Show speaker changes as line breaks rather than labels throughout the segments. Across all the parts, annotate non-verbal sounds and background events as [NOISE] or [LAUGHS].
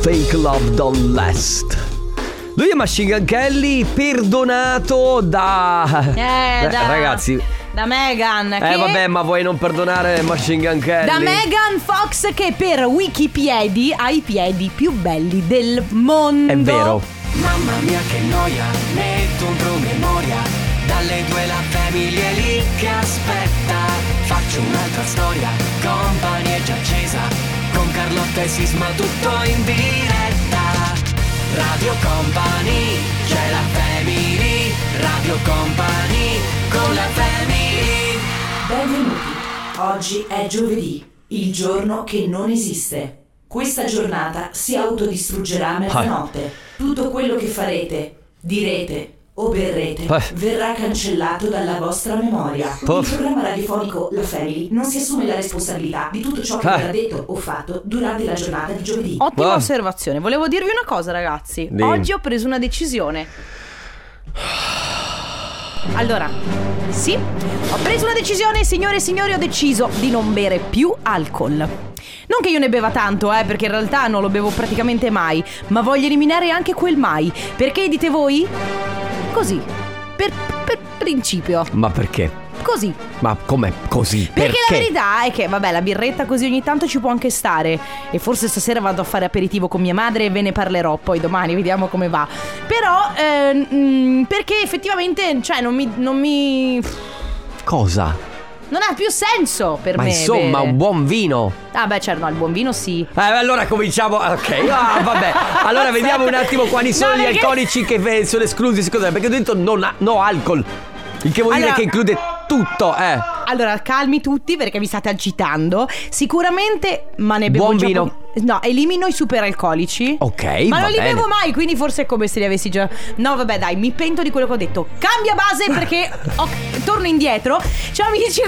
Fake Love Don't Last. Lui è Machine Gun Kelly, perdonato da...
Eh,
Eh,
da-
Ragazzi,
Da Megan.
eh vabbè, ma vuoi non perdonare Machine Gun Kelly?
Da Megan Fox che per Wikipedia ha i piedi più belli del mondo.
È vero.
Mamma mia che noia, metto un promemoria Dalle due la famiglia è lì che aspetta Faccio un'altra storia, company è già accesa Con Carlotta e Sisma tutto in diretta Radio Company, c'è la family Radio Company, con la family
Benvenuti. Oggi è giovedì, il giorno che non esiste. Questa giornata si autodistruggerà a mezzanotte. Tutto quello che farete, direte o berrete
Eh.
verrà cancellato dalla vostra memoria.
Puff.
Il programma radiofonico La Family non si assume la responsabilità di tutto ciò che
Eh.
verrà detto o fatto durante la giornata di giovedì.
Ottima
Wow.
osservazione. Volevo dirvi una cosa, ragazzi.
Dimmi.
Oggi ho preso una decisione. Allora, sì, ho preso una decisione, signore e signori, ho deciso di non bere più alcol. Non che io ne beva tanto, eh, perché in realtà non lo bevo praticamente mai, ma voglio eliminare anche quel mai. Perché dite voi? Così, per, per principio,
Ma perché?
così.
Ma com'è così?
Perché, la verità è che, vabbè, la birretta così ogni tanto ci può anche stare. E forse stasera vado a fare aperitivo con mia madre e ve ne parlerò poi domani, vediamo come va. Però, eh, mm, perché effettivamente, cioè, non mi. Non, mi-
Cosa?
non ha più senso per
Ma
me.
insomma,
bere.
un buon vino.
Ah, beh, certo, no, il buon vino sì.
Eh, allora cominciamo. Ok, ah, vabbè. Allora vediamo un attimo quali sono
No,
gli
perché-
alcolici che eh, sono esclusi. Secondo me, perché ho detto non ha- no alcol. Il che vuol
Allora-
dire che include tutto, eh.
Allora, calmi tutti perché vi state agitando. Sicuramente, ma ne bevo
Buon
già
vino.
pochi- No, elimino i superalcolici.
Ok,
Ma
va
non li
bene.
bevo mai, quindi forse è come se li avessi già. No, vabbè, dai, mi pento di quello che ho detto. Cambia base
[LAUGHS]
perché ho- torno indietro. Ciao amici.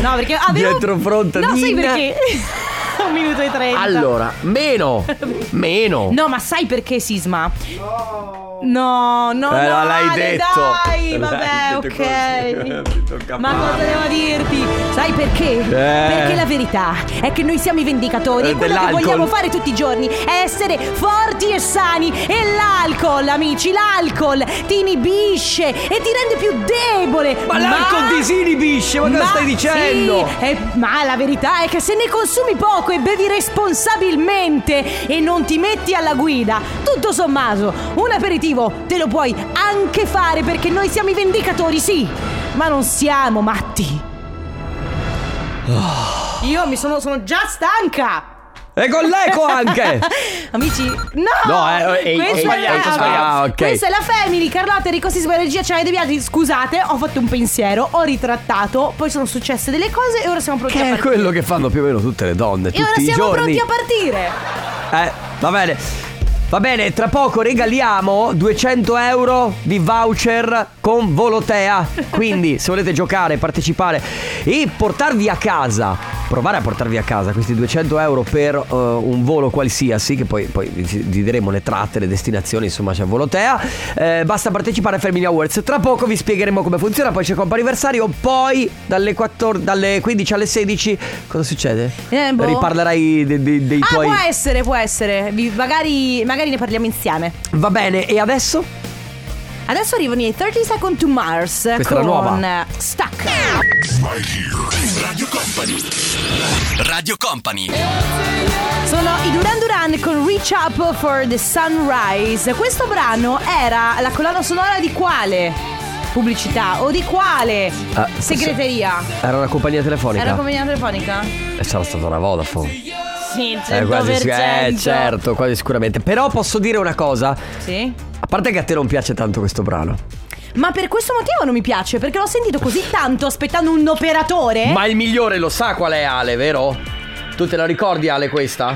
No, perché avevo
Dietro fronte,
No, sai
Nina.
perché? [LAUGHS] Un minuto e trenta.
Allora,
[LAUGHS]
meno. Meno.
No, ma sai perché Sisma? No, no, no,
Eh, no, l'hai
Ale,
detto.
Dai,
L'hai detto
vabbè,
così. eh, Ti
ok.
tocca
Ma
fare.
cosa devo dirti? Sai perché? Perché la verità è che noi siamo i vendicatori
Eh,
e quello
dell'alcol.
che vogliamo fare tutti i giorni è essere forti e sani e l'alcol, amici, l'alcol ti inibisce e ti rende più debole.
Ma l'alcol disinibisce, ma cosa stai dicendo?
sì, eh, ma la verità è che se ne consumi poco e bevi responsabilmente e non ti metti alla guida, tutto sommato, un aperitivo te lo puoi anche fare perché noi siamo i vendicatori, sì, ma non siamo matti.
Ah.
Io mi sono, sono già stanca.
E con l'eco
[LAUGHS]
anche.
Amici, no!
No, eh, eh,
Questa
ho
è
sbagliato,
la-
ho sbagliato. Ah, ok.
Questa è la Family, Carlotta, Enrico Sisma, regia, ce l'avete piaci. Scusate, ho fatto un pensiero, ho ritrattato, poi sono successe delle cose e ora siamo pronti a
Che è
partire.
quello che fanno più o meno tutte le donne,
E ora
tutti i
siamo
giorni.
pronti a partire.
Eh, va bene. Va bene, tra poco regaliamo 200 euro di voucher con Volotea. Quindi, se volete giocare, partecipare e portarvi a casa, provare a portarvi a casa questi 200 euro per eh, un volo qualsiasi, che poi, poi vi vi diremo le tratte, le destinazioni, insomma, c'è Volotea. eh, basta partecipare a Family Awards. Tra poco vi spiegheremo come funziona, poi c'è il comp'anniversario, poi dalle, 14 dalle 15 alle 16 cosa succede?
Eh, boh.
Riparlerai de- de- dei,
ah,
tuoi...
può essere, può essere. Vi- magari, magari ne parliamo insieme.
Va bene, e adesso?
Adesso arrivano i 30 Second to Mars
Questa è
con
la nuova.
eh, Stuck.
Radio Company
Sono i Duran Duran con Reach Up for the Sunrise. Questo brano era la colonna sonora di quale pubblicità o di quale
Ah,
segreteria?
Era una compagnia telefonica.
Era compagnia telefonica?
Eh, Sarà stata una Vodafone.
Sì, il
Eh,
100%.
quasi, sic- eh, certo, quasi sicuramente. Però posso dire una cosa.
Sì.
A parte che a te non piace tanto questo brano.
Ma per questo motivo non mi piace, perché l'ho sentito così tanto aspettando un operatore.
Ma il migliore lo sa qual è Ale, vero? Tu te la ricordi Ale questa?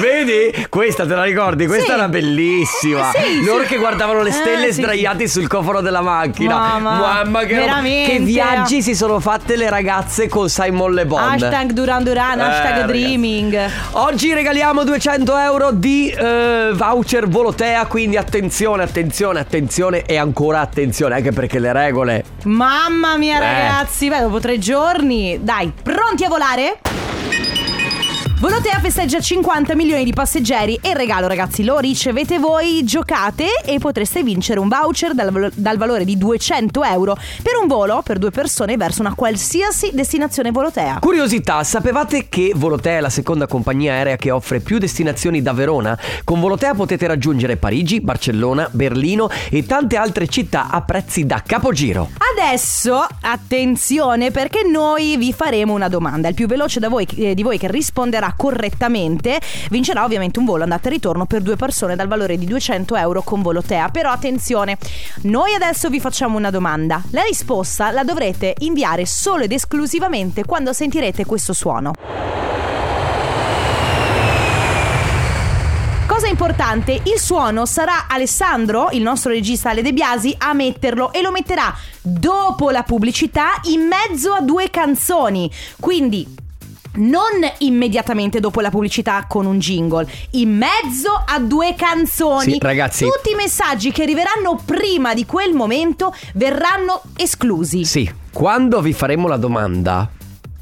Vedi? Questa te la ricordi? Questa
Sì.
era bellissima.
Eh, sì,
Loro
sì.
che guardavano le
Eh,
stelle
sì,
sdraiati sul cofano della macchina.
Mamma,
che, roba-
veramente.
che viaggi si sono fatte le ragazze con Simon Le Bon.
Hashtag Duran Duran,
Eh,
hashtag
ragazzi.
dreaming.
Oggi regaliamo 200 euro di eh, voucher Volotea, quindi attenzione, attenzione, attenzione e ancora attenzione, anche perché le regole...
Mamma mia,
Eh.
ragazzi, beh, dopo tre giorni. Dai, pronti a volare? Volotea festeggia 50 milioni di passeggeri e il regalo ragazzi lo ricevete voi, giocate e potreste vincere un voucher dal, valo- dal valore di 200 euro per un volo per due persone verso una qualsiasi destinazione Volotea.
Curiosità, sapevate che Volotea è la seconda compagnia aerea che offre più destinazioni da Verona? Con Volotea potete raggiungere Parigi, Barcellona, Berlino e tante altre città a prezzi da capogiro.
Adesso attenzione perché noi vi faremo una domanda. Il più veloce da voi- eh, di voi che risponderà correttamente vincerà ovviamente un volo andata e ritorno per due persone dal valore di 200 euro con Volotea. Però attenzione, noi adesso vi facciamo una domanda. La risposta la dovrete inviare solo ed esclusivamente quando sentirete questo suono. Cosa importante, il suono sarà Alessandro, il nostro regista Ale De Biasi, a metterlo e lo metterà dopo la pubblicità in mezzo a due canzoni. Quindi. Non immediatamente dopo la pubblicità con un jingle, in mezzo a due canzoni.
Sì, ragazzi.
Tutti i messaggi che arriveranno prima di quel momento verranno esclusi.
Sì, quando vi faremo la domanda,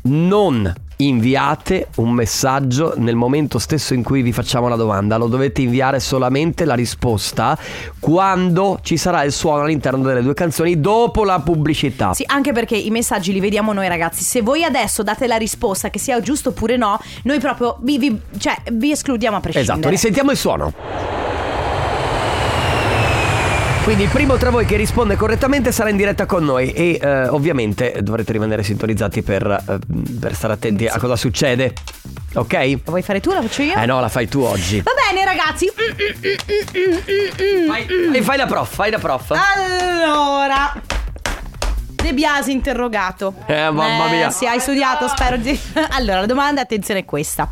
non inviate un messaggio nel momento stesso in cui vi facciamo la domanda, lo dovete inviare solamente la risposta quando ci sarà il suono all'interno delle due canzoni dopo la pubblicità.
Sì, anche perché i messaggi li vediamo noi ragazzi. Se voi adesso date la risposta che sia giusto oppure no, noi proprio vi, vi- cioè, vi escludiamo a prescindere.
Esatto, risentiamo il suono. Quindi il primo tra voi che risponde correttamente sarà in diretta con noi e eh, ovviamente dovrete rimanere sintonizzati per, eh, per stare attenti a cosa succede. Ok?
La vuoi fare tu? La faccio io?
Eh no, la fai tu oggi.
Va bene ragazzi. Mm, mm, mm, mm, mm, mm, mm.
Fai, e fai la prof, fai la prof.
Allora. De Biasi interrogato.
Eh, mamma mia.
Se hai studiato, spero di. [LAUGHS] Allora, la domanda, attenzione, è questa: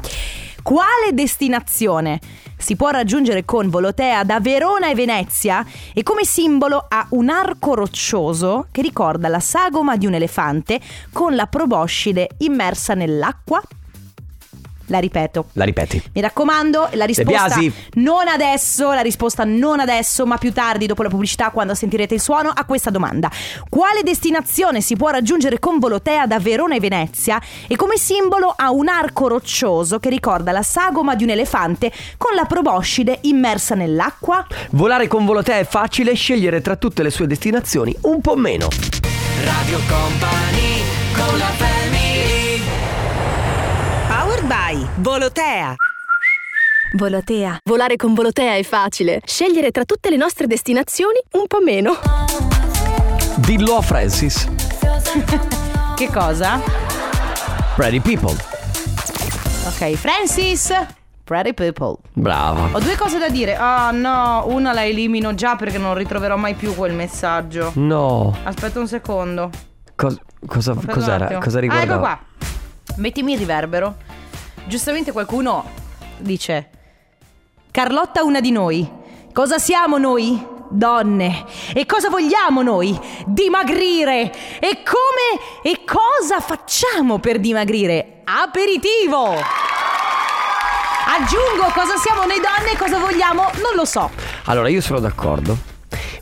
Quale destinazione si può raggiungere con Volotea da Verona e Venezia? E come simbolo ha un arco roccioso che ricorda la sagoma di un elefante con la proboscide immersa nell'acqua? La ripeto.
La ripeti.
Mi raccomando, la risposta
Biasi.
non adesso, la risposta non adesso, ma più tardi dopo la pubblicità quando sentirete il suono a questa domanda. Quale destinazione si può raggiungere con Volotea da Verona e Venezia e come simbolo ha un arco roccioso che ricorda la sagoma di un elefante con la proboscide immersa nell'acqua?
Volare con Volotea è facile, scegliere tra tutte le sue destinazioni un po' meno.
Radio Company con la family
Powered by Volotea.
Volotea. Volare con Volotea è facile. Scegliere tra tutte le nostre destinazioni un po' meno.
Dillo a Francis.
Che cosa?
Pretty people.
Ok, Francis, Pretty People.
Brava.
Ho due cose da dire. Ah no, una la elimino già perché non ritroverò mai più quel messaggio.
No.
Aspetta un secondo.
Cos- cosa,
Aspetta un
cos'era?
attimo.
Cosa
Ah, ecco
riguardava?
qua. Mettimi il riverbero. Giustamente qualcuno dice: Carlotta, una di noi. Cosa siamo noi? Donne. E cosa vogliamo noi? Dimagrire. E come e cosa facciamo per dimagrire? Aperitivo. Aggiungo cosa siamo noi donne e cosa vogliamo, non lo so.
Allora, io sono d'accordo.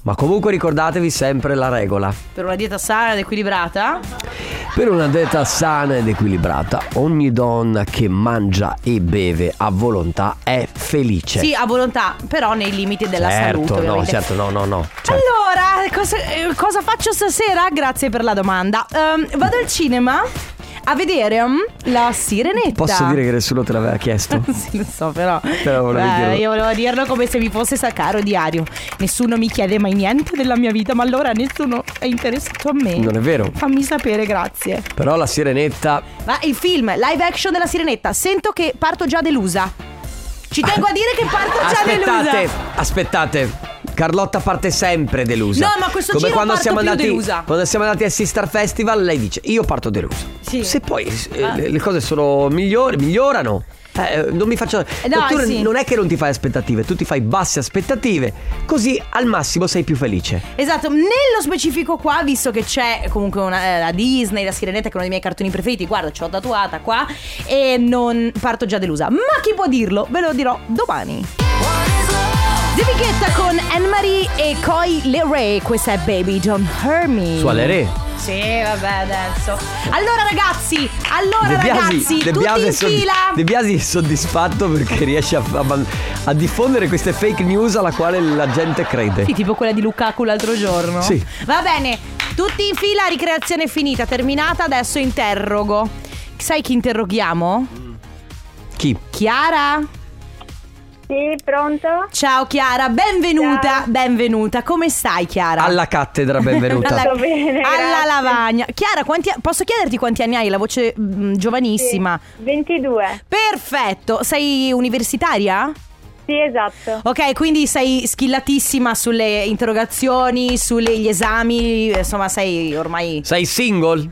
Ma comunque ricordatevi sempre la regola.
Per una dieta sana ed equilibrata,
Certo. Per una dieta sana ed equilibrata, ogni donna che mangia e beve a volontà è felice.
sì, a volontà, però nei limiti della salute.
certo, no,
ovviamente.
certo, no, no, no. Cioè,
Allora, cosa, eh, cosa faccio stasera? Grazie per la domanda. Ehm, vado al cinema a vedere mm, la sirenetta.
posso dire che nessuno te l'aveva chiesto?
[LAUGHS] Sì, lo so, però.
Però volevi
Beh,
dirlo.
io volevo dirlo come se mi fosse sa- caro diario. Nessuno mi chiede mai niente della mia vita, ma allora nessuno è interessato a me.
Non è vero.
Fammi sapere, grazie.
Però la sirenetta
Ma il film, live action della sirenetta, sento che parto già delusa. Ci tengo a dire che parto già delusa.
Aspettate, aspettate. Carlotta parte sempre delusa.
No, ma questo
Come
giro
quando
parto
siamo
più
andati,
delusa.
Quando siamo andati al Sistar Festival, lei dice: Io parto delusa.
Sì. Ah.
Se poi eh, le- le cose sono migliori, migliorano. eh, non mi faccio.
no,
tu
sì.
non è che non ti fai aspettative, tu ti fai basse aspettative. Così al massimo sei più felice.
Esatto, nello specifico qua, visto che c'è comunque una, eh, la Disney, la Sirenetta che è uno dei miei cartoni preferiti, guarda, ci ho tatuata qua e non parto già delusa. Ma chi può dirlo? Ve lo dirò domani.
What is love?
Zevichetta con Anne-Marie e Coi Leray. Questa è Baby Don't Hurt Me.
Su alle re.
Sì, vabbè, adesso. Allora, ragazzi, allora,
De Biasi-
ragazzi,
De
tutti
Biasi è
in
soddi-
fila.
De Biasi è soddisfatto perché riesce a, fa- a ban- a diffondere queste fake news alla quale la gente crede.
Sì, tipo quella di Lukaku l'altro giorno.
Sì.
Va bene, tutti in fila, ricreazione finita, terminata, adesso interrogo. Sai chi interroghiamo?
Chi?
Chiara?
Sì, pronto?
Ciao Chiara, benvenuta, benvenuta. Come stai Chiara?
Alla cattedra, benvenuta.
[LAUGHS] Alla,
Tutto
alla
bene, grazie.
lavagna. Chiara, quanti a- posso chiederti quanti anni hai? La voce mm, giovanissima.
22.
Perfetto, sei universitaria?
Sì, esatto.
Ok, quindi sei schillatissima sulle interrogazioni, sugli esami, insomma sei ormai...
Sei single?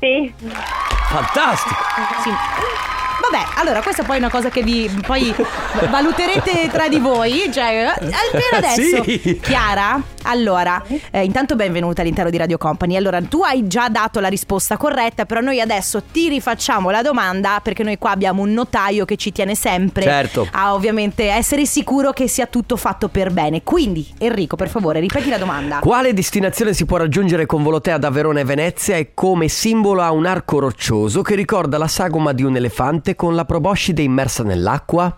Sì.
Fantastico.
Sì. Vabbè, allora questa poi è una cosa che vi poi valuterete tra di voi. Cioè, eh, per
[LAUGHS]
adesso,
Sì.
Chiara, allora, eh, intanto benvenuta all'interno di Radio Company. Allora, tu hai già dato la risposta corretta, però noi adesso ti rifacciamo la domanda perché noi qua abbiamo un notaio che ci tiene sempre
Certo.
a ovviamente essere sicuro che sia tutto fatto per bene. Quindi, Enrico, per favore, ripeti la domanda.
Quale destinazione si può raggiungere con Volotea da Verona e Venezia e come simbolo ha un arco roccioso che ricorda la sagoma di un elefante con la proboscide immersa nell'acqua?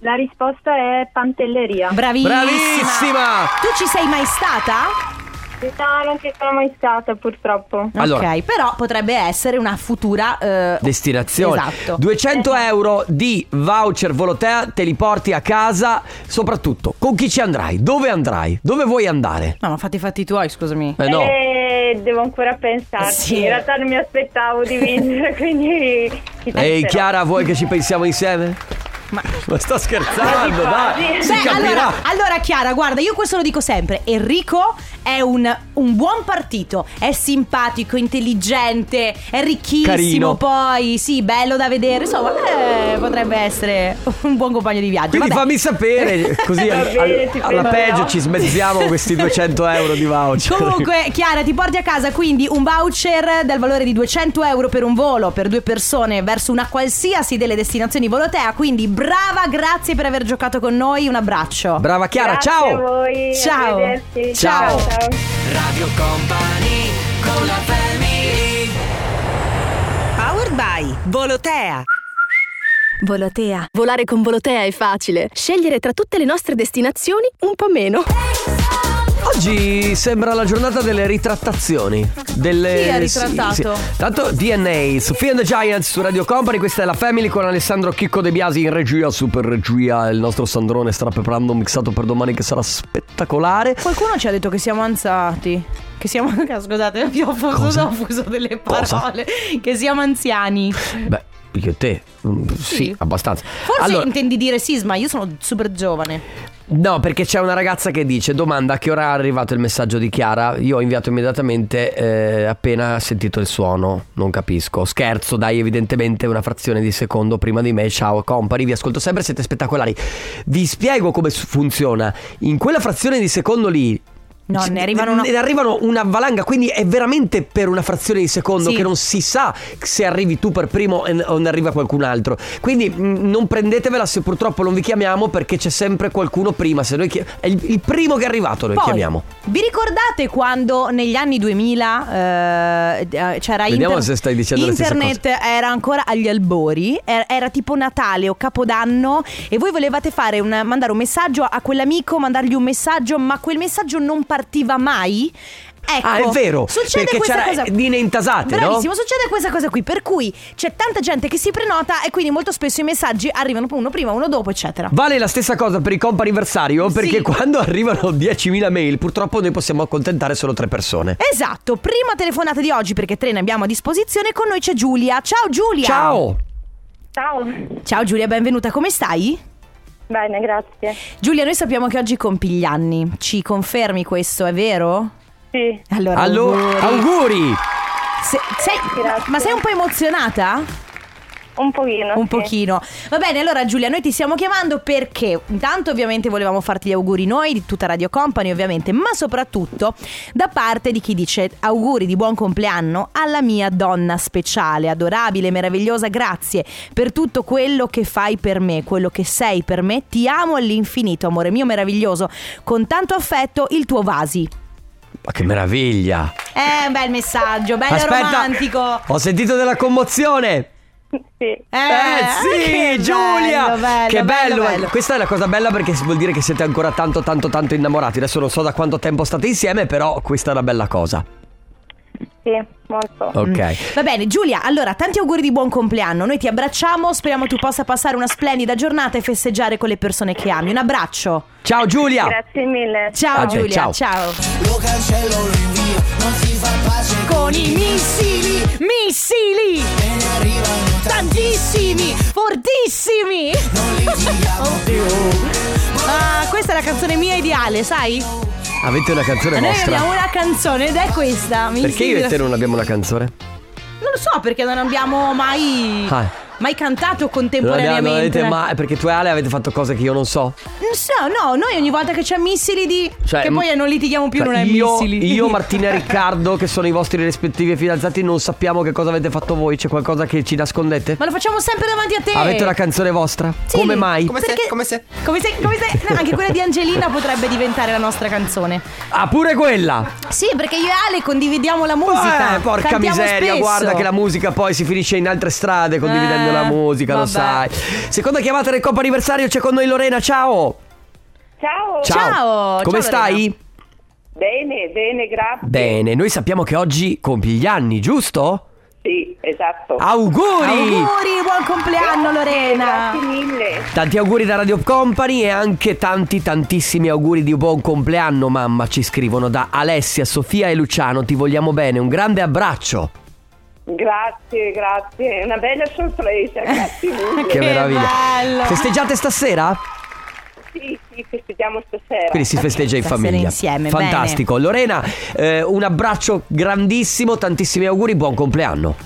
La risposta è Pantelleria.
Bravissima.
Bravissima!
Tu ci sei mai stata?
No, non ci sono mai stata purtroppo.
Allora.
ok, però potrebbe essere una futura eh,
Destinazione
Esatto.
200 euro di voucher Volotea te li porti a casa soprattutto con chi ci andrai dove andrai dove vuoi andare
No, ma fatti i fatti tuoi, scusami.
eh no
Eh, devo ancora pensarci.
Sì.
In realtà non mi aspettavo di vincere, [LAUGHS] quindi... ci
ehi
penserò.
Chiara vuoi che ci pensiamo insieme?
eh, Ma-
ma sto
[LAUGHS]
scherzando
Quasi,
dai
quasi.
Eh, si
Beh,
capirà
allora, allora, Chiara, guarda, io questo lo dico sempre. Enrico è un, un buon partito. È simpatico, intelligente, è ricchissimo.
Carino.
Poi, sì, bello da vedere. Insomma, eh, potrebbe essere un buon compagno di viaggio.
Quindi
Vabbè.
fammi
[LAUGHS]
sapere,
[LAUGHS]
così
Va
al-
bene,
al-
ti
alla
prego,
peggio
no?
ci smezziamo questi 200 euro di voucher.
Comunque, Chiara, ti porti a casa quindi un voucher del valore di 200 euro per un volo per due persone verso una qualsiasi delle destinazioni volotea. Quindi, brava, grazie per aver giocato con noi. Un abbraccio.
Brava Chiara,
Grazie
ciao!
a voi.
Ciao.
arrivederci.
Ciao.
ciao.
Radio Company con la family
Powered by Volotea.
Volotea. Volare con Volotea è facile. Scegliere tra tutte le nostre destinazioni un po' meno.
Oggi sembra la giornata delle ritrattazioni. Delle...
Chi ha ritrattato?
Tanto DNA, Sofia and the Giants su Radio Company, questa è la Family con Alessandro Chicco De Biasi in regia, super regia, il nostro Sandrone sta preparando un mixato per domani che sarà spettacolare.
Qualcuno ci ha detto che siamo anziani. Che siamo. [LAUGHS] Scusate, ho
Cosa?
fuso, ho fuso delle parole.
Cosa?
Che siamo anziani. Forse
Beh, io e te, mm, sì,
Sì.
abbastanza. Allora-
intendi dire sisma, io sono super giovane.
No, perché c'è una ragazza che dice: Domanda a che ora è arrivato il messaggio di Chiara? Io ho inviato immediatamente eh, appena sentito il suono. Non capisco. Scherzo, dai, evidentemente una frazione di secondo prima di me. Ciao, compari, vi ascolto sempre, siete spettacolari. Vi spiego come s- funziona. In quella frazione di secondo lì.
No,
ci-
ne arrivano una-
ne arrivano una valanga, quindi è veramente per una frazione di secondo
Sì.
che non si sa se arrivi tu per primo e n- o ne arriva qualcun altro. Quindi mh, non prendetevela se purtroppo non vi chiamiamo perché c'è sempre qualcuno prima. Se noi chi- è il, il primo che è arrivato noi
Poi,
chiamiamo.
Vi ricordate quando negli anni 2000 eh, eh, c'era
Vediamo
inter-
se stai dicendo le stesse
internet era ancora agli albori, era, era tipo Natale o Capodanno e voi volevate fare un- mandare un messaggio a quell'amico, mandargli un messaggio, ma quel messaggio non partiva mai? Ecco,
Ah, è vero,
Succede
perché
questa
c'era
cosa.
linee intasate, no?
Bravissimo, succede questa cosa qui, per cui c'è tanta gente che si prenota e quindi molto spesso i messaggi arrivano uno prima, uno dopo, eccetera.
Vale la stessa cosa per il comp anniversario perché
Sì.
quando arrivano 10.000 mail purtroppo noi possiamo accontentare solo tre persone.
Esatto, prima telefonata di oggi perché tre ne abbiamo a disposizione, con noi c'è Giulia. Ciao Giulia!
Ciao!
Ciao.
Ciao Giulia, benvenuta, come stai?
Bene, grazie.
Giulia, noi sappiamo che oggi compi gli anni, ci confermi questo, è vero?
Sì.
Allora,
Allora,
auguri.
auguri!
Se- sei-
Grazie.
ma sei un po' emozionata?
Un pochino.
Un
sì.
pochino. Va bene, allora Giulia, noi ti stiamo chiamando perché intanto ovviamente volevamo farti gli auguri noi di tutta Radio Company, ovviamente, ma soprattutto da parte di chi dice auguri di buon compleanno alla mia donna speciale, adorabile, meravigliosa, grazie per tutto quello che fai per me, quello che sei per me. Ti amo all'infinito, amore mio meraviglioso. Con tanto affetto il tuo Vasi.
Ma che meraviglia!
Eh, bel messaggio, bello
Aspetta,
romantico.
ho sentito della commozione.
[LAUGHS] Sì.
Eh,
Eh,
che
sì, Giulia!
bello, bello,
che bello,
bello,
eh.
bello.
Questa è la cosa bella perché si- vuol dire che siete ancora tanto, tanto, tanto innamorati. Adesso non so da quanto tempo state insieme, però questa è una bella cosa.
Mm.
Sì,
Oh,
molto.
Ok.
Va bene, Giulia, allora tanti auguri di buon compleanno. Noi ti abbracciamo, speriamo tu possa passare una splendida giornata e festeggiare con le persone che ami. Un abbraccio.
Ciao Giulia!
Grazie mille.
Ciao
A te,
Giulia,
ciao.
ciao. Con i missili, missili. Tantissimi, fortissimi. [LAUGHS] Oddio. Ah, questa è la canzone mia ideale, sai?
Avete una canzone
Noi
vostra?
abbiamo una canzone ed è questa. Missili.
Perché io e te non abbiamo una canzone?
Non lo so perché non abbiamo mai.
Ah.
Mai cantato
Non abbiamo, non
contemporaneamente.
avete mai. Perché tu e Ale avete fatto cose che io non so.
Non so, no, noi ogni volta che c'è missili di.
Cioè,
che poi
m-
non litighiamo più,
cioè,
non è
io,
missili.
Io, Martina e Riccardo, che sono i vostri rispettivi fidanzati, non sappiamo che cosa avete fatto voi. C'è qualcosa che ci nascondete?
[LAUGHS] Ma lo facciamo sempre davanti a te.
Avete una canzone vostra?
Sì,
Come mai?
Come se-
perché-
come se-
Come se. come se- no, anche quella di Angelina potrebbe diventare la nostra canzone.
Ah, pure quella!
Sì, perché io e Ale condividiamo la musica.
Eh, porca
Cantiamo
miseria,
spesso.
guarda che la musica poi si finisce in altre strade condividendo
Eh,
la musica, lo
vabbè.
sai. Seconda chiamata del Coppa Anniversario, c'è con noi Lorena, ciao!
Ciao.
Ciao,
Come
ciao,
stai?
Lorena.
Bene, bene, grazie.
Bene, noi sappiamo che oggi compi gli anni, giusto?
Sì, esatto.
Auguri!
Auguri, buon compleanno, Lorena.
Grazie mille.
Tanti auguri da Radio Company e anche tanti tantissimi auguri di buon compleanno mamma ci scrivono da Alessia, Sofia e Luciano, ti vogliamo bene, un grande abbraccio.
Grazie, grazie. Una bella sorpresa, grazie mille.
Che, meraviglia.
bello.
Festeggiate stasera?
Sì, sì, festeggiamo stasera.
Quindi si festeggia in
Stasera
famiglia.
insieme,
Fantastico. Lorena, eh, un abbraccio grandissimo, tantissimi auguri, buon compleanno.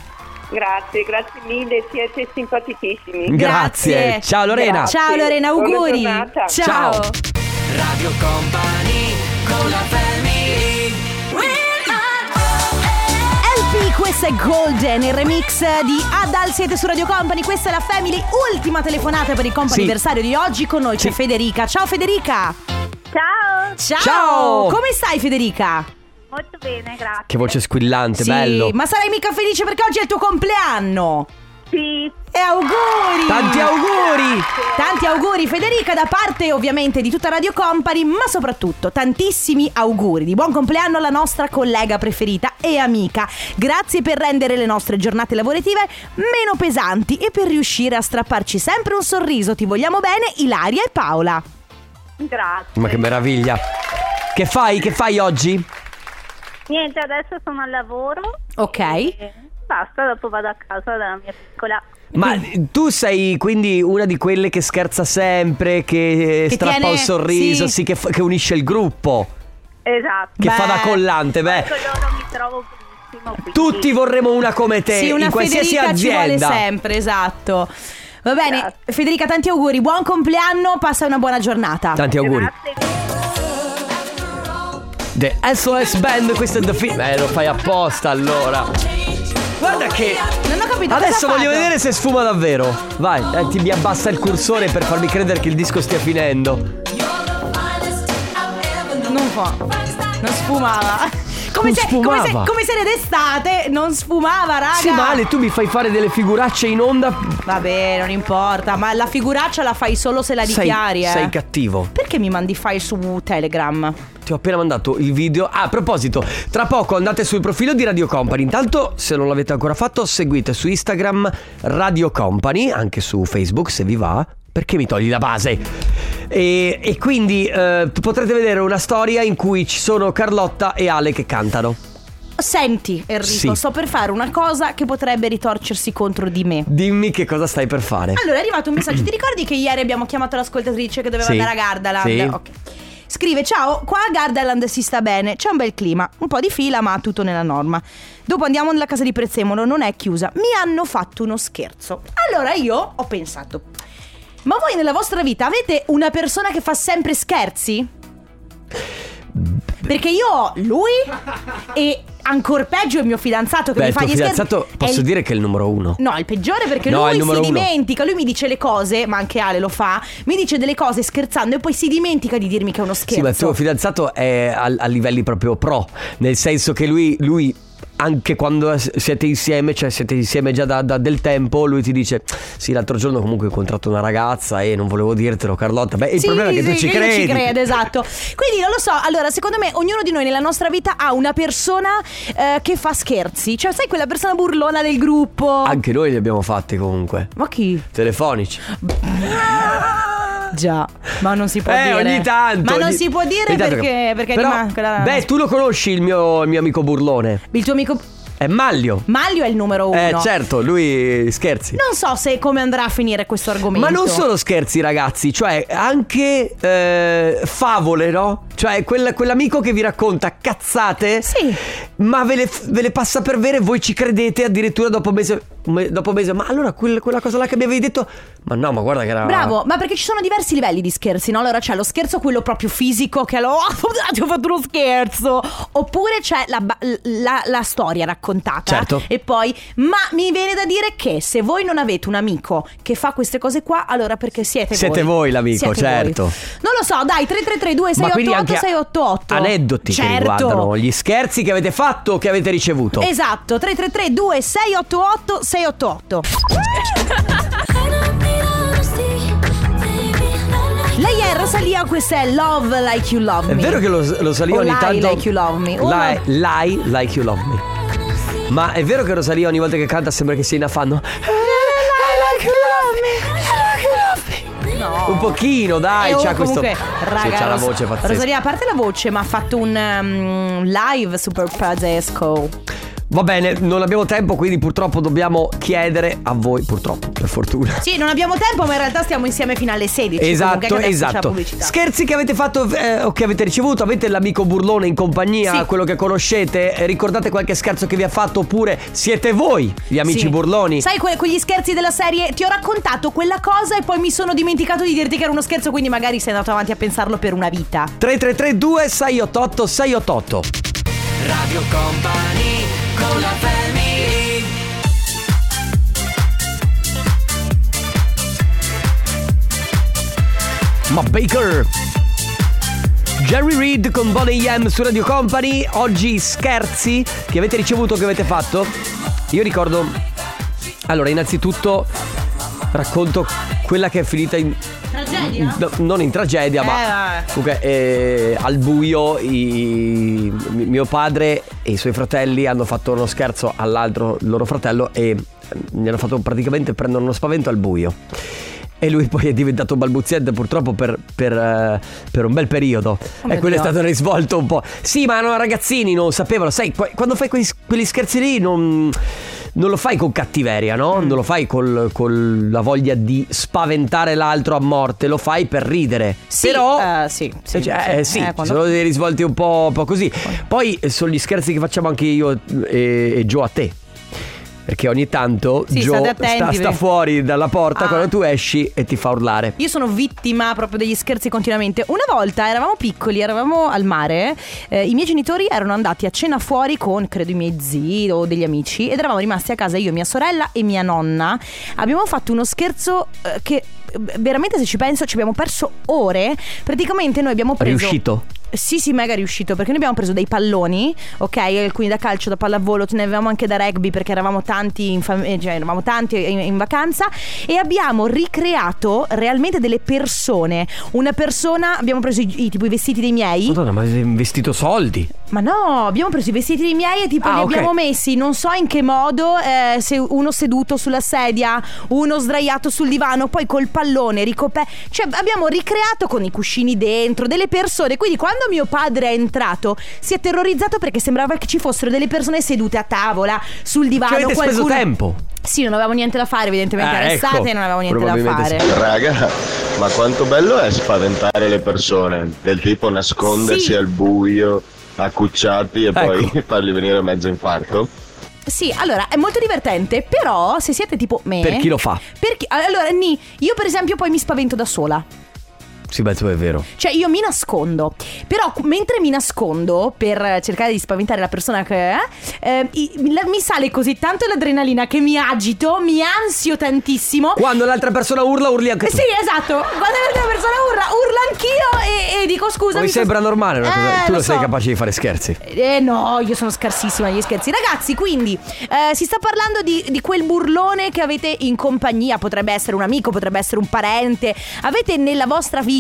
Grazie, grazie mille, siete simpaticissimi.
Grazie. Ciao Lorena.
Grazie. Ciao Lorena,
Buona
auguri.
giornata.
Ciao.
Radio Company con la family
LP, questa è Golden, il remix di Adal, siete su Radio Company, questa è la Family, ultima telefonata per il comp'anniversario di oggi, con noi c'è Federica. Ciao Federica!
Ciao.
Ciao!
Ciao.
Come stai Federica?
Molto bene, grazie.
Che voce squillante,
sì,
bello.
ma sarai mica felice perché oggi è il tuo compleanno!
Sì,
E auguri!
Tanti auguri.
Tanti auguri Federica da parte ovviamente di tutta Radio Company, ma soprattutto tantissimi auguri di buon compleanno alla nostra collega preferita e amica. Grazie per rendere le nostre giornate lavorative meno pesanti e per riuscire a strapparci sempre un sorriso. Ti vogliamo bene Ilaria e Paola.
grazie.
Ma che meraviglia. Che fai? Che fai oggi?
Niente, adesso sono al lavoro.
Ok.
E basta, dopo vado a casa dalla mia piccola.
Ma tu sei quindi una di quelle che scherza sempre, che, eh,
Che
strappa
tiene-
un sorriso,
sì.
sì, che, fa- che unisce il gruppo,
Esatto.
che fa
Beh.
da collante, beh.
Con loro mi trovo benissimo. quindi-
Tutti vorremmo una come te
sì, una
in qualsiasi
Federica ci vuole
azienda.
sempre, esatto. Va bene,
Grazie.
Federica, tanti auguri, buon compleanno, passa una buona giornata.
Tanti auguri.
Grazie.
The SOS Band, questo è The Film. Eh, lo fai apposta allora. Guarda che.
Non ho capito cosa
Adesso
ha
voglio
fatto.
vedere se sfuma davvero. Vai, eh, ti mi abbassa il cursore per farmi credere che il disco stia finendo.
Non fa. Non sfumava. Come
Non
se,
sfumava.
Come se, come se era d'estate non sfumava, raga.
Sì, ma Ale, tu mi fai fare delle figuracce in onda.
Vabbè, non importa, ma la figuraccia la fai solo se la dichiari,
sei,
eh.
sei cattivo.
Perché mi mandi file su Telegram?
Ti ho appena mandato il video. Ah, a proposito, tra poco andate sul profilo di Radio Company. Intanto, se non l'avete ancora fatto, seguite su Instagram Radio Company, anche su Facebook se vi va. Perché mi togli la base? E, e quindi eh, potrete vedere una storia in cui ci sono Carlotta e Ale che cantano.
Senti, Enrico,
Sì.
sto per fare una cosa che potrebbe ritorcersi contro di me.
Dimmi che cosa stai per fare. [CLEARS THROAT]
Allora è arrivato un messaggio. Ti ricordi che ieri abbiamo chiamato l'ascoltatrice che doveva
Sì.
andare a Gardaland?
Sì.
Ok. Scrive: Ciao, qua a Gardaland si sta bene, c'è un bel clima, un po' di fila, ma tutto nella norma. Dopo andiamo nella casa di Prezzemolo, non è chiusa. Mi hanno fatto uno scherzo. Allora io ho pensato: Ma voi nella vostra vita avete una persona che fa sempre scherzi? Perché io ho lui e ancora peggio il mio fidanzato che
Beh,
mi
il
fa
tuo
gli scherzi.
fidanzato
È
posso
il-
dire che è il numero uno.
No, il peggiore perché
No, è il
lui si
numero uno.
dimentica, lui mi dice le cose, ma anche Ale lo fa, mi dice delle cose scherzando e poi si dimentica di dirmi che è uno scherzo.
Sì, ma il tuo fidanzato è a, a livelli proprio pro, nel senso che lui, lui, anche quando s- siete insieme, cioè siete insieme già da, da del tempo, lui ti dice, sì, l'altro giorno comunque ho incontrato una ragazza e non volevo dirtelo Carlotta, beh, il
Sì,
problema è che tu
sì,
ci
io
credi.
ci credo, esatto. Quindi non lo so, allora secondo me ognuno di noi nella nostra vita ha una persona eh, che fa scherzi, cioè sai quella persona burlona del gruppo.
Anche noi li abbiamo fatti comunque.
ma chi?
Telefonici.
Già, ma non si può
eh,
dire.
ogni tanto.
Ma non
ogni-
si può dire
ogni tanto
perché,
che-
perché
Però,
rimane la...
Beh, tu lo conosci il mio, il mio amico burlone.
Il tuo amico
È Maglio.
Maglio è il numero uno.
Eh, certo, lui scherzi.
Non so se come andrà a finire questo argomento.
Ma non solo scherzi, ragazzi, cioè anche eh, favole, no? Cioè quel- quell'amico che vi racconta cazzate,
Sì.
ma ve le, ve le passa per vere, voi ci credete addirittura dopo mese. me- dopo mese. Ma allora quel- quella cosa là che mi avevi detto, ma no, ma guarda che era.
Bravo, ma perché ci sono diversi livelli di scherzi, no? Allora c'è lo scherzo quello proprio fisico che lo [LAUGHS] "Ah, ti ho fatto uno scherzo, oppure c'è la, ba- la- la storia raccontata
Certo.
e poi ma mi viene da dire che se voi non avete un amico che fa queste cose qua, allora perché siete,
Siete voi l'amico,
Siete
certo.
voi. Non lo so, dai, 3332
Ma quindi anche
688 688.
aneddoti
certo.
che riguardano gli scherzi che avete fatto o che avete ricevuto.
Esatto, 333 2688 688. Lei è Rosalia, questa è Love Like You Love
È
Me.
vero che lo, lo Salioni
O lie
tanto
like you love me. O-
Lie, lie like you love me Ma è vero che Rosalia ogni volta che canta sembra che sia in affanno Un pochino dai
E
c'ha
o
questo
comunque,
sì,
raga,
c'ha la
Ros-
voce pazzesca
Rosalia, a parte la voce, ma ha fatto un um, live super pazzesco.
Va bene non abbiamo tempo quindi purtroppo dobbiamo chiedere a voi purtroppo per fortuna
Sì, non abbiamo tempo, ma in realtà stiamo insieme fino alle 16. comunque, che
Esatto,
adesso C'è la
esatto.
pubblicità.
Scherzi che avete fatto eh, o che avete ricevuto? Avete l'amico burlone in compagnia,
Sì.
quello che conoscete? Eh, Ricordate qualche scherzo che vi ha fatto oppure siete voi gli amici
Sì.
burloni?
Sai que- quegli scherzi della serie? Ti ho raccontato quella cosa e poi mi sono dimenticato di dirti che era uno scherzo, quindi magari sei andato avanti a pensarlo per una vita.
3332 688 688
Radio Company con la family
Ma Baker Jerry Reed con Bonnie M su Radio Company Oggi scherzi che avete ricevuto, che avete fatto Io ricordo Allora innanzitutto racconto quella che è finita in
Tragedia?
No, non in tragedia,
Eh,
ma
vabbè.
comunque eh, al buio i- mi- mio padre e i suoi fratelli hanno fatto uno scherzo all'altro loro fratello e gli hanno fatto praticamente prendere uno spavento al buio. E lui poi è diventato balbuziente purtroppo per, per, eh, per un bel periodo.
Oh mio
e quello
Dio.
è stato risvolto un po'. Sì, ma no, ragazzini non sapevano. Sai, qua- quando fai quegli, quegli scherzi lì non, non lo fai con cattiveria,
Mm.
no? Non lo fai col- con la voglia di spaventare l'altro a morte, lo fai per ridere.
Sì,
Però...
eh, sì, sì,
Eh, cioè, eh,
sì.
sì,
Eh,
ci
quando-
sono dei risvolti un po', un po' così. Poi eh, sono gli scherzi che facciamo anche io eh, e, e Joe a te. Perché ogni tanto
Sì,
Joe
state attenti,
sta, sta
perché-
fuori dalla porta
Ah.
quando tu esci e ti fa urlare.
Io sono vittima proprio degli scherzi continuamente. Una volta eravamo piccoli, eravamo al mare, eh, i miei genitori erano andati a cena fuori con, credo, i miei zii o degli amici ed eravamo rimasti a casa io, mia sorella e mia nonna. Abbiamo fatto uno scherzo eh, che eh, veramente se ci penso ci abbiamo perso ore. Praticamente noi abbiamo preso...
Riuscito?
Sì, sì, mega riuscito perché noi abbiamo preso dei palloni, ok? Alcuni da calcio, da pallavolo, ce ne avevamo anche da rugby perché eravamo tanti in, fam- eh, cioè, eravamo tanti in, in vacanza e abbiamo ricreato realmente delle persone. Una persona, abbiamo preso i, i- tipo i vestiti dei miei.
Madonna, ma hai investito soldi.
Ma no, abbiamo preso i vestiti miei e tipo
Ah,
li
ok.
abbiamo messi, non so in che modo, eh, se uno seduto sulla sedia, uno sdraiato sul divano, poi col pallone ricopè. Cioè abbiamo ricreato con i cuscini dentro delle persone, quindi quando mio padre è entrato si è terrorizzato perché sembrava che ci fossero delle persone sedute a tavola, sul divano.
Ci avete speso
qualcuno-
tempo.
Sì, non avevamo niente da fare, evidentemente
Ah,
era
ecco.
estate e non avevamo niente da
Probabilmente
fare.
Raga, ma quanto bello è spaventare le persone, del tipo nascondersi
Sì.
al buio, accucciati e
Ecco.
poi [LAUGHS] fargli venire mezzo infarto.
Sì, allora è molto divertente, però se siete tipo me...
Per chi lo fa?
Perché, allora, Ni, io per esempio poi mi spavento da sola.
Sì, beh, tu è vero.
Cioè, io mi nascondo. Però, cu- mentre mi nascondo per cercare di spaventare la persona che è, eh, i- mi, la- mi sale così tanto l'adrenalina che mi agito, mi ansio tantissimo.
Quando l'altra persona urla, urli anche tu.
Sì, esatto. Quando la persona urla, urla anch'io e, e dico scusa.
Mi sembra normale una cosa.
Eh,
tu lo,
lo
sei
so.
capace di fare scherzi.
Eh no, io sono scarsissima agli scherzi. Ragazzi, quindi eh, si sta parlando di, di quel burlone che avete in compagnia. Potrebbe essere un amico, potrebbe essere un parente. Avete nella vostra vita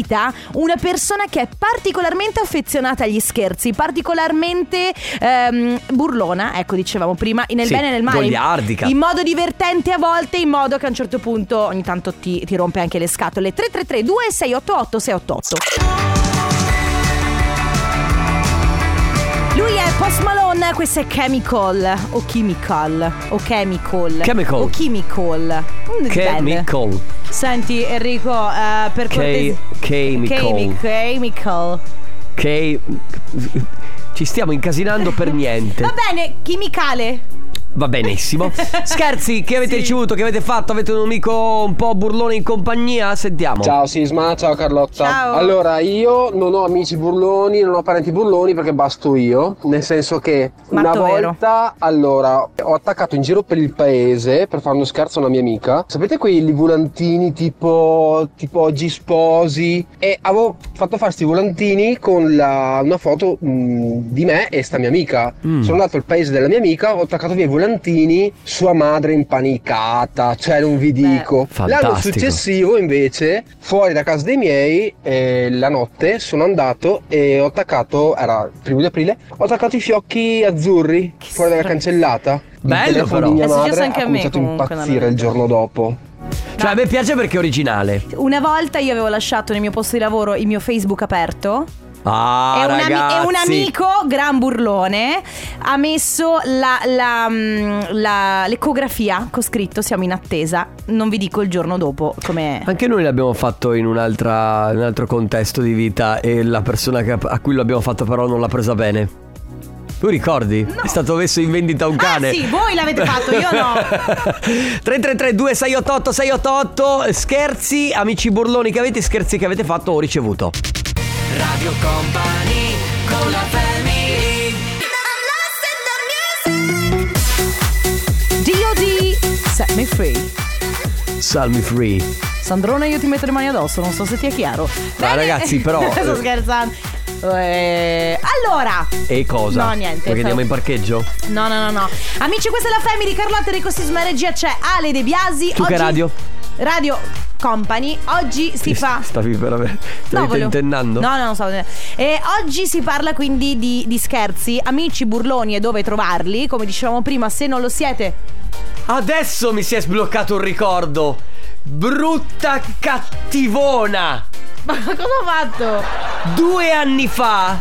una persona che è particolarmente affezionata agli scherzi, particolarmente ehm, burlona, ecco, dicevamo prima, nel
Sì,
bene e nel male.
goliardica.
In modo divertente a volte, in modo che a un certo punto ogni tanto ti, ti rompe anche le scatole. 333 2688 688 Lui è Post Malone, questo è Chemical o Chemical o Chemical
Chemical.
o Chemical. Mm, bene.
Chemical.
Senti Enrico, eh, per
Che-
cortesia
chemical.
Chemical.
Che. Ci stiamo incasinando per
[LAUGHS]
niente.
Va bene, chimicale.
Va
[LAUGHS]
benissimo. Scherzi che avete ricevuto, che avete fatto? Avete un amico un po' burlone in compagnia? Sentiamo.
Ciao Sisma, ciao Carlotta.
Ciao.
Allora, io non ho amici burloni, non ho parenti burloni perché basto io, nel senso che una
Matto vero.
volta, allora, ho attaccato in giro per il paese per fare uno scherzo a una mia amica. Sapete quei volantini tipo tipo oggi sposi e avevo fatto fare sti volantini con la- una foto mh, di me e sta mia amica.
Mm.
Sono andato al paese della mia amica, ho attaccato via i volantini, sua madre impanicata, cioè non vi dico. L'anno
fantastico.
successivo invece, fuori da casa dei miei, eh, la notte sono andato e ho attaccato, era il primo di aprile, ho attaccato i fiocchi azzurri fuori dalla cancellata.
Bello,
il telefono
però.
di mia
È successo
madre
anche a me,
ha cominciato a
comunque,
impazzire
l'anno
il giorno dopo.
Cioè, a me piace perché è originale.
Una volta io avevo lasciato nel mio posto di lavoro il mio Facebook aperto.
Ah,
e, un ami-
ragazzi.
e un amico, gran burlone, ha messo la, la, mm, la- l'ecografia con scritto siamo in attesa. Non vi dico il giorno dopo come...
Anche noi l'abbiamo fatto in, un'altra, in un altro contesto di vita e la persona che- a cui l'abbiamo fatto però non l'ha presa bene. Tu ricordi? È stato messo in vendita un
Ah,
cane.
sì, voi l'avete fatto, io
[LAUGHS]
no.
333 2688 688 Scherzi, amici burloni che avete, scherzi che avete fatto o ricevuto.
Radio Company con la family
D.O.D. Set me free.
Salmi free.
Sandrone io ti metto le mani addosso, non so se ti è chiaro.
Ma Ah, ragazzi, però-
[LAUGHS] Sto scherzando. Eh, allora...
E cosa?
No, niente,
Perché
stavo-
andiamo in parcheggio?
No, no, no, no. Amici, questa è la Family Carlotta Enrico Sisma Regia c'è Ale De Biasi.
Tu che radio?
Radio Company. Oggi si fa.
Stavi veramente. Stavi
volevo-
tentennando?
No, no, non stavo e Oggi si parla quindi di, di scherzi, amici burloni e dove trovarli. Come dicevamo prima, se non lo siete. [LAUGHS]
Adesso mi si è sbloccato un ricordo. Brutta cattivona.
Ma cosa ho fatto?
Due anni fa.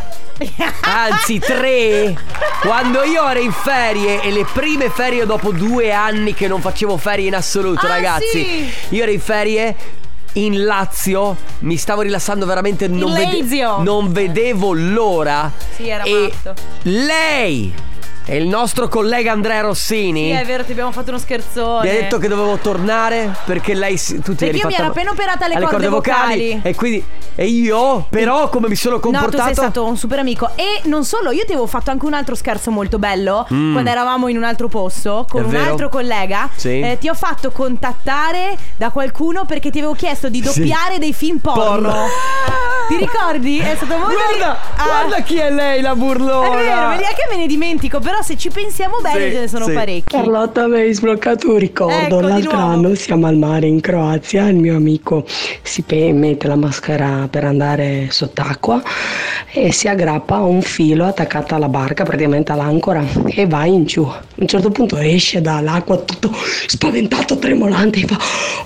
Anzi, tre. Quando io ero in ferie e le prime ferie dopo due anni che non facevo ferie in assoluto,
Ah,
ragazzi.
sì.
Io ero in ferie. In Lazio mi stavo rilassando veramente, non,
Lazio.
non vedevo l'ora.
Sì, era
e
matto.
Lei e il nostro collega Andrea Rossini.
Sì, è vero, ti abbiamo fatto uno scherzone.
Mi ha detto che dovevo tornare perché lei si- tu ti
Perché
eri
io mi
fatta-
ero appena operata alle corde vocali.
e quindi e io però come mi sono comportato
No, tu sei stato un super amico. E non solo, io ti avevo fatto anche un altro scherzo molto bello. Quando eravamo in un altro posto con
Mm. È
un
vero?
altro collega. Eh,
Sì.
ti ho fatto contattare da qualcuno perché ti avevo chiesto di
Sì.
doppiare dei film porno.
Porno.
Ti ricordi? È stato molto
Guarda,
ri- Ah,
guarda chi è lei la burlona.
È vero, vedi, è che me ne dimentico, però Però se ci pensiamo bene
Sì,
ce ne sono
sì.
parecchi.
Carlotta avevi sbloccato un
Ecco,
ricordo.
di
L'altro
nuovo.
anno siamo al mare in Croazia, il mio amico si pe- mette la maschera per andare sott'acqua e si aggrappa a un filo attaccato alla barca, praticamente all'ancora, e va in giù. A un certo punto esce dall'acqua tutto spaventato, tremolante, e fa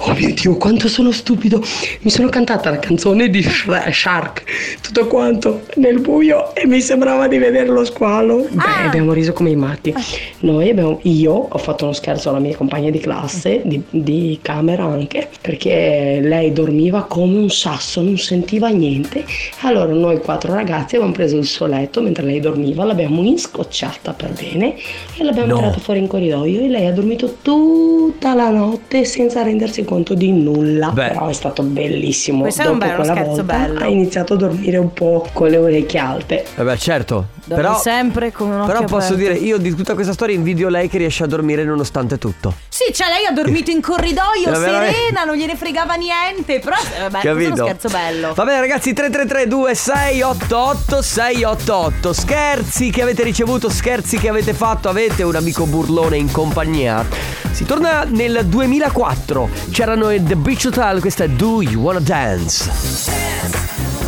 Oh mio Dio, quanto sono stupido! Mi sono cantata la canzone di Shre- Shark, tutto quanto nel buio e mi sembrava di vedere lo squalo. Beh, abbiamo riso come i matti. Noi abbiamo, io ho fatto uno scherzo alla mia compagna di classe, di, di camera anche, perché lei dormiva come un sasso, non sentiva niente. Allora noi quattro ragazzi abbiamo preso il suo letto mentre lei dormiva, l'abbiamo inscocciata per bene e l'abbiamo
No.
tirata fuori in corridoio e lei ha dormito tutta la notte senza rendersi conto di nulla.
Beh.
Però è stato bellissimo.
Questo è
Dopo
un bello, uno
quella
scherzo
volta
bello.
ha iniziato a dormire un po' con le orecchie alte.
Vabbè, certo.
Dormi
però
sempre con un occhio
però posso
aperto.
dire, io di tutta questa storia invidio lei che riesce a dormire nonostante tutto.
Sì, cioè lei ha dormito in
[LAUGHS]
corridoio,
Eh, veramente.
serena, non gliene fregava niente. Però, eh, vabbè, questo è
Capito?
uno scherzo bello.
Va bene ragazzi, 333-2688-688. Scherzi che avete ricevuto, scherzi che avete fatto, avete un amico burlone in compagnia. Si torna nel 2004, c'erano i The Beach Hotel, questa è Do You Wanna Dance.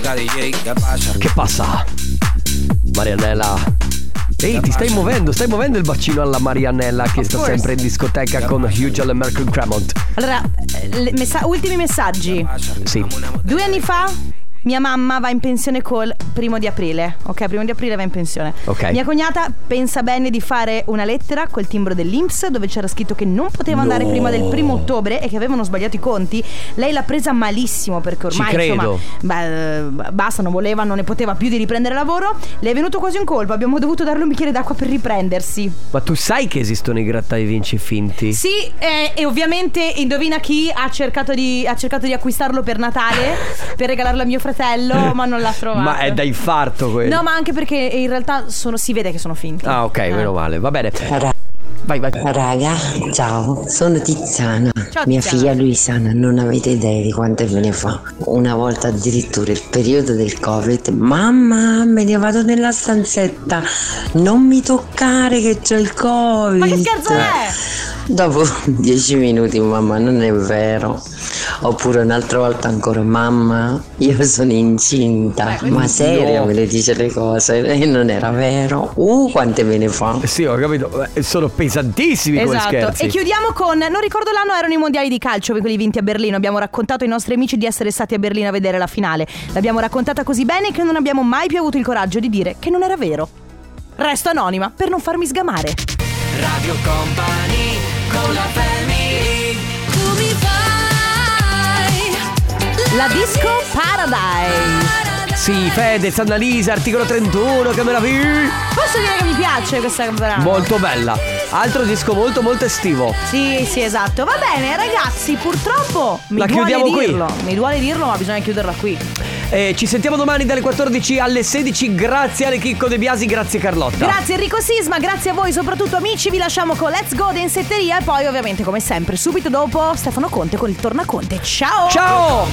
Che passa? Marianella. Ehi, ti stai muovendo, stai muovendo il bacino alla Marianella che sta
course.
sempre in discoteca con Hugh e Mercury Cremont.
Allora, eh, le messa- ultimi messaggi.
Sì.
Due anni fa mia mamma va in pensione col primo di aprile. Ok, primo di aprile va in pensione.
Ok.
Mia cognata pensa bene di fare una lettera col timbro dell'Inps dove c'era scritto che non poteva andare
No.
prima del primo ottobre e che avevano sbagliato i conti. Lei l'ha presa malissimo perché ormai
Ci credo.
insomma beh, eh, basta, non voleva, non ne poteva più di riprendere lavoro. Le è venuto quasi un colpo, abbiamo dovuto darle un bicchiere d'acqua per riprendersi.
Ma tu sai che esistono i grattai vinci finti?
Sì, eh, e ovviamente indovina chi ha cercato, di, ha cercato di acquistarlo per Natale per regalarlo a mio fratello, ma non
[LAUGHS]
l'ha trovato.
Ma è da infarto quello.
No, ma anche perché in realtà sono- si vede che sono finti.
Ah, ok,
Eh.
meno male, va bene. Vai, vai.
Raga, ciao, sono Tiziana.
Ciao, Tiziana.
Mia figlia Luisana, non avete idea di quante ve ne fa. Una volta addirittura il periodo del Covid, mamma, me ne vado nella stanzetta, non mi toccare che c'è il Covid.
Ma che scherzo è?
Dopo [LAUGHS] dieci minuti, mamma, non è vero. Oppure un'altra volta ancora, mamma, io sono incinta. Ma serio,
No.
me le dice le cose e non era vero. Uh, quante ve ne fa.
Sì, ho capito. eh, Sono pesantissimi come
Esatto.
scherzi.
E chiudiamo con. Non ricordo l'anno, erano i mondiali di calcio, quelli vinti a Berlino. Abbiamo raccontato ai nostri amici di essere stati a Berlino a vedere la finale. L'abbiamo raccontata così bene che non abbiamo mai più avuto il coraggio di dire che non era vero. Resto anonima per non farmi sgamare.
Radio Company con la family
La disco Paradise.
Sì, Fedez, Annalisa, articolo 31, che meraviglia.
Posso dire che mi piace questa brano?
Molto bella. Altro disco molto, molto estivo.
Sì, sì, esatto. Va bene, ragazzi, purtroppo mi
La
duole
chiudiamo qui.
dirlo. Mi duole dirlo, ma bisogna chiuderla qui.
Eh, ci sentiamo domani dalle 14 alle 16. Grazie alle Chicco De Biasi, grazie Carlotta.
Grazie Enrico Sisma, grazie a voi, soprattutto amici, vi lasciamo con Let's Go Densetteria e poi ovviamente come sempre subito dopo Stefano Conte con il Tornaconte. Ciao!
Ciao!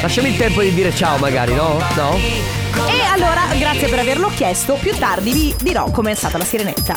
Lasciami il tempo di dire ciao magari, no? No?
E allora, grazie per averlo chiesto, più tardi vi dirò com'è stata la sirenetta.